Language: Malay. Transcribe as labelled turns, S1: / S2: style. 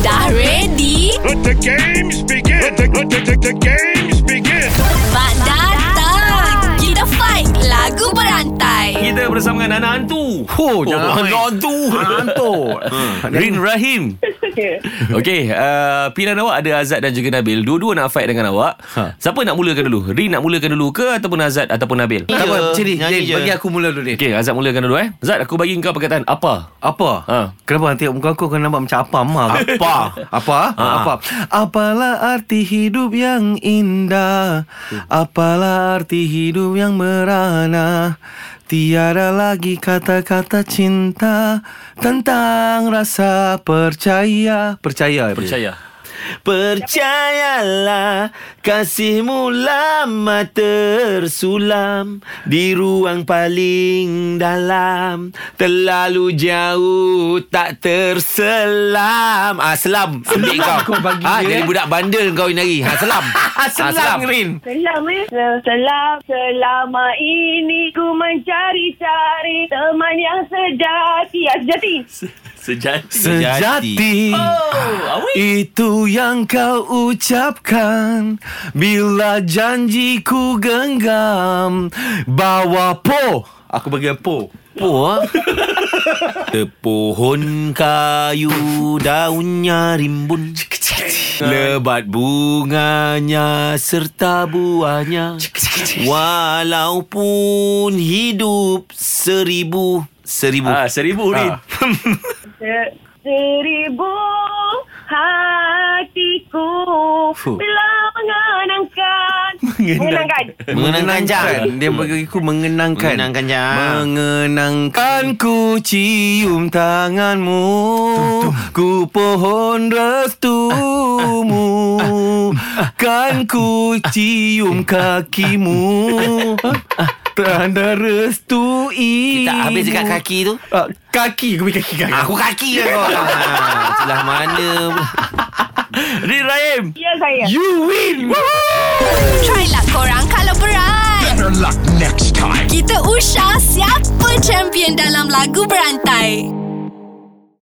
S1: Dah ready?
S2: Let the games begin. Let the, let the, the, the games begin.
S1: Mak datang! Kita fight lagu berantai.
S3: Kita bersama dengan anak hantu.
S4: Ho, jangan main.
S3: hantu.
S4: Anak hantu. Hmm.
S3: Rin Rahim. Okey, uh, pilihan awak ada Azad dan juga Nabil. Dua-dua nak fight dengan awak.
S4: Ha.
S3: Siapa nak mulakan dulu? Rin nak mulakan dulu ke ataupun Azad ataupun Nabil?
S4: Tak apa, macam ni.
S5: Nyanyi
S4: Din,
S5: je.
S4: Bagi aku mula dulu ni.
S3: Okey, Azad mulakan dulu eh. Azad, aku bagi kau perkataan apa?
S4: Apa?
S3: Ha.
S4: Kenapa nanti muka aku akan nampak macam apa mak? Apa? apa?
S3: Ha.
S4: Apa? Apalah arti hidup yang indah? Apalah arti hidup yang merana? Tiada lagi kata-kata cinta tentang rasa percaya. Percaya. eh, Din?
S3: Percaya.
S5: Percayalah kasihmu lama tersulam di ruang paling dalam terlalu jauh tak terselam. Ah selam. Ambil kau.
S4: kau bagi
S5: ah,
S4: dia,
S5: jadi
S4: eh.
S5: budak bandel kau ini hari. Ha selam.
S4: Ah, selang, Rin.
S6: Selam eh Sel- Selam Selama ini ku mencari-cari Teman yang sejati Ya sejati
S5: Sejati.
S4: Sejati Itu yang kau ucapkan Bila janji ku genggam Bawa po Aku bagi po ah.
S5: Apa? Tepohon kayu daunnya rimbun Lebat bunganya serta buahnya Walaupun hidup seribu Seribu
S3: Ah, seribu Rin.
S6: Se- Seribu hatiku Bila mengenangkan Mengenangkan
S5: Mengenangkan Jang.
S4: Dia bagi aku mengenangkan
S5: Mengenangkan ya. Jang.
S4: Mengenangkan ku cium tanganmu Ku pohon restumu Kan ku cium kakimu Tanda restui
S5: Tak habis dekat kaki tu
S4: Ah, Kaki Aku punya kaki kaki
S5: Aku kaki lah kau Ah, Sebelah mana pula.
S3: Rin Rahim.
S6: Ya saya
S4: You win
S1: Try lah korang kalau berat.
S2: Better luck next time.
S1: Kita usah siapa champion dalam lagu berantai.